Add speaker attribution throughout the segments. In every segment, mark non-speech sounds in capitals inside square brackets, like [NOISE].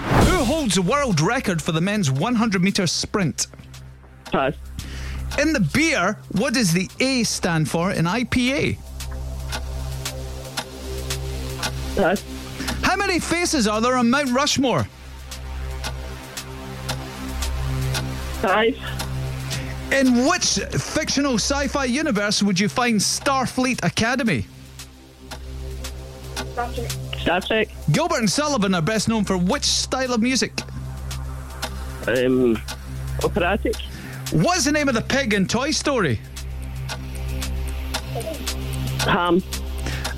Speaker 1: holds a world record for the men's 100 metre sprint?
Speaker 2: Pass.
Speaker 1: In the beer, what does the A stand for in IPA?
Speaker 2: Pass.
Speaker 1: How many faces are there on Mount Rushmore?
Speaker 2: Five.
Speaker 1: In which fictional sci fi universe would you find Starfleet Academy?
Speaker 2: Star Trek.
Speaker 1: Gilbert and Sullivan are best known for which style of music?
Speaker 2: Um, operatic.
Speaker 1: What's the name of the pig in Toy Story?
Speaker 2: Ham.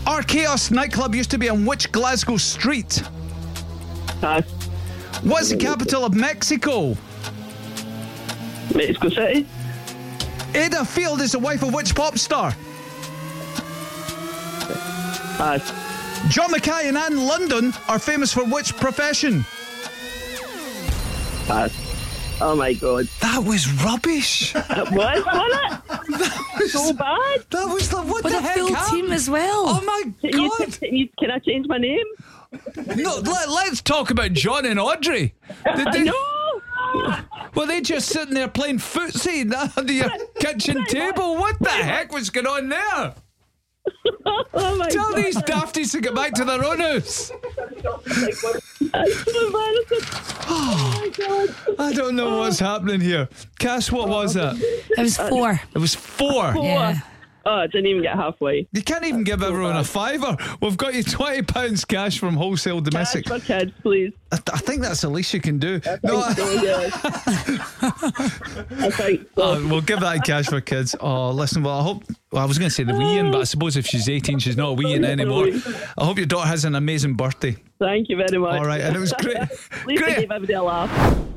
Speaker 1: Archaeos nightclub used to be on which Glasgow street?
Speaker 2: Pass.
Speaker 1: What's the capital of Mexico?
Speaker 2: Mexico City.
Speaker 1: Ada Field is the wife of which pop star?
Speaker 2: Pass.
Speaker 1: John Mackay and Anne London are famous for which profession?
Speaker 2: Pass. Oh my god.
Speaker 1: That was rubbish. that
Speaker 2: It was, wasn't it?
Speaker 1: [LAUGHS]
Speaker 2: So bad.
Speaker 1: was the what
Speaker 3: With
Speaker 1: the
Speaker 3: a
Speaker 1: heck?
Speaker 3: full
Speaker 1: happened?
Speaker 3: team as well.
Speaker 1: Oh my
Speaker 2: You,
Speaker 1: god!
Speaker 2: you, can I change my name?
Speaker 1: No, let, let's talk about John and Audrey. Did they,
Speaker 2: No!
Speaker 1: Were they just sitting there playing footsie under your kitchen table? What the heck was going on there?
Speaker 2: Oh my
Speaker 1: Tell
Speaker 2: god. Oh,
Speaker 1: these dafties to get back to their own house.
Speaker 2: That's so embarrassing. Oh my god.
Speaker 1: I don't know what's happening here. Cass, what was that?
Speaker 3: It was
Speaker 1: uh,
Speaker 3: four.
Speaker 1: It was four.
Speaker 3: Yeah.
Speaker 2: Oh, I didn't even get halfway.
Speaker 1: You can't even give everyone a fiver. We've got you twenty pounds cash from wholesale
Speaker 2: That's
Speaker 1: domestic.
Speaker 2: for kids, please.
Speaker 1: I, I think that's the least you can do. No, I- [LAUGHS]
Speaker 2: Oh, yeah. I think so.
Speaker 1: Oh, we'll give that cash for kids. Oh, listen, well, I hope. Well, I was going to say the wee in, but I suppose if she's 18, she's not a wee in anymore. I hope your daughter has an amazing birthday.
Speaker 2: Thank you very much. [LAUGHS]
Speaker 1: All right, and it was great.
Speaker 2: At least I
Speaker 1: great.
Speaker 2: gave everybody a laugh.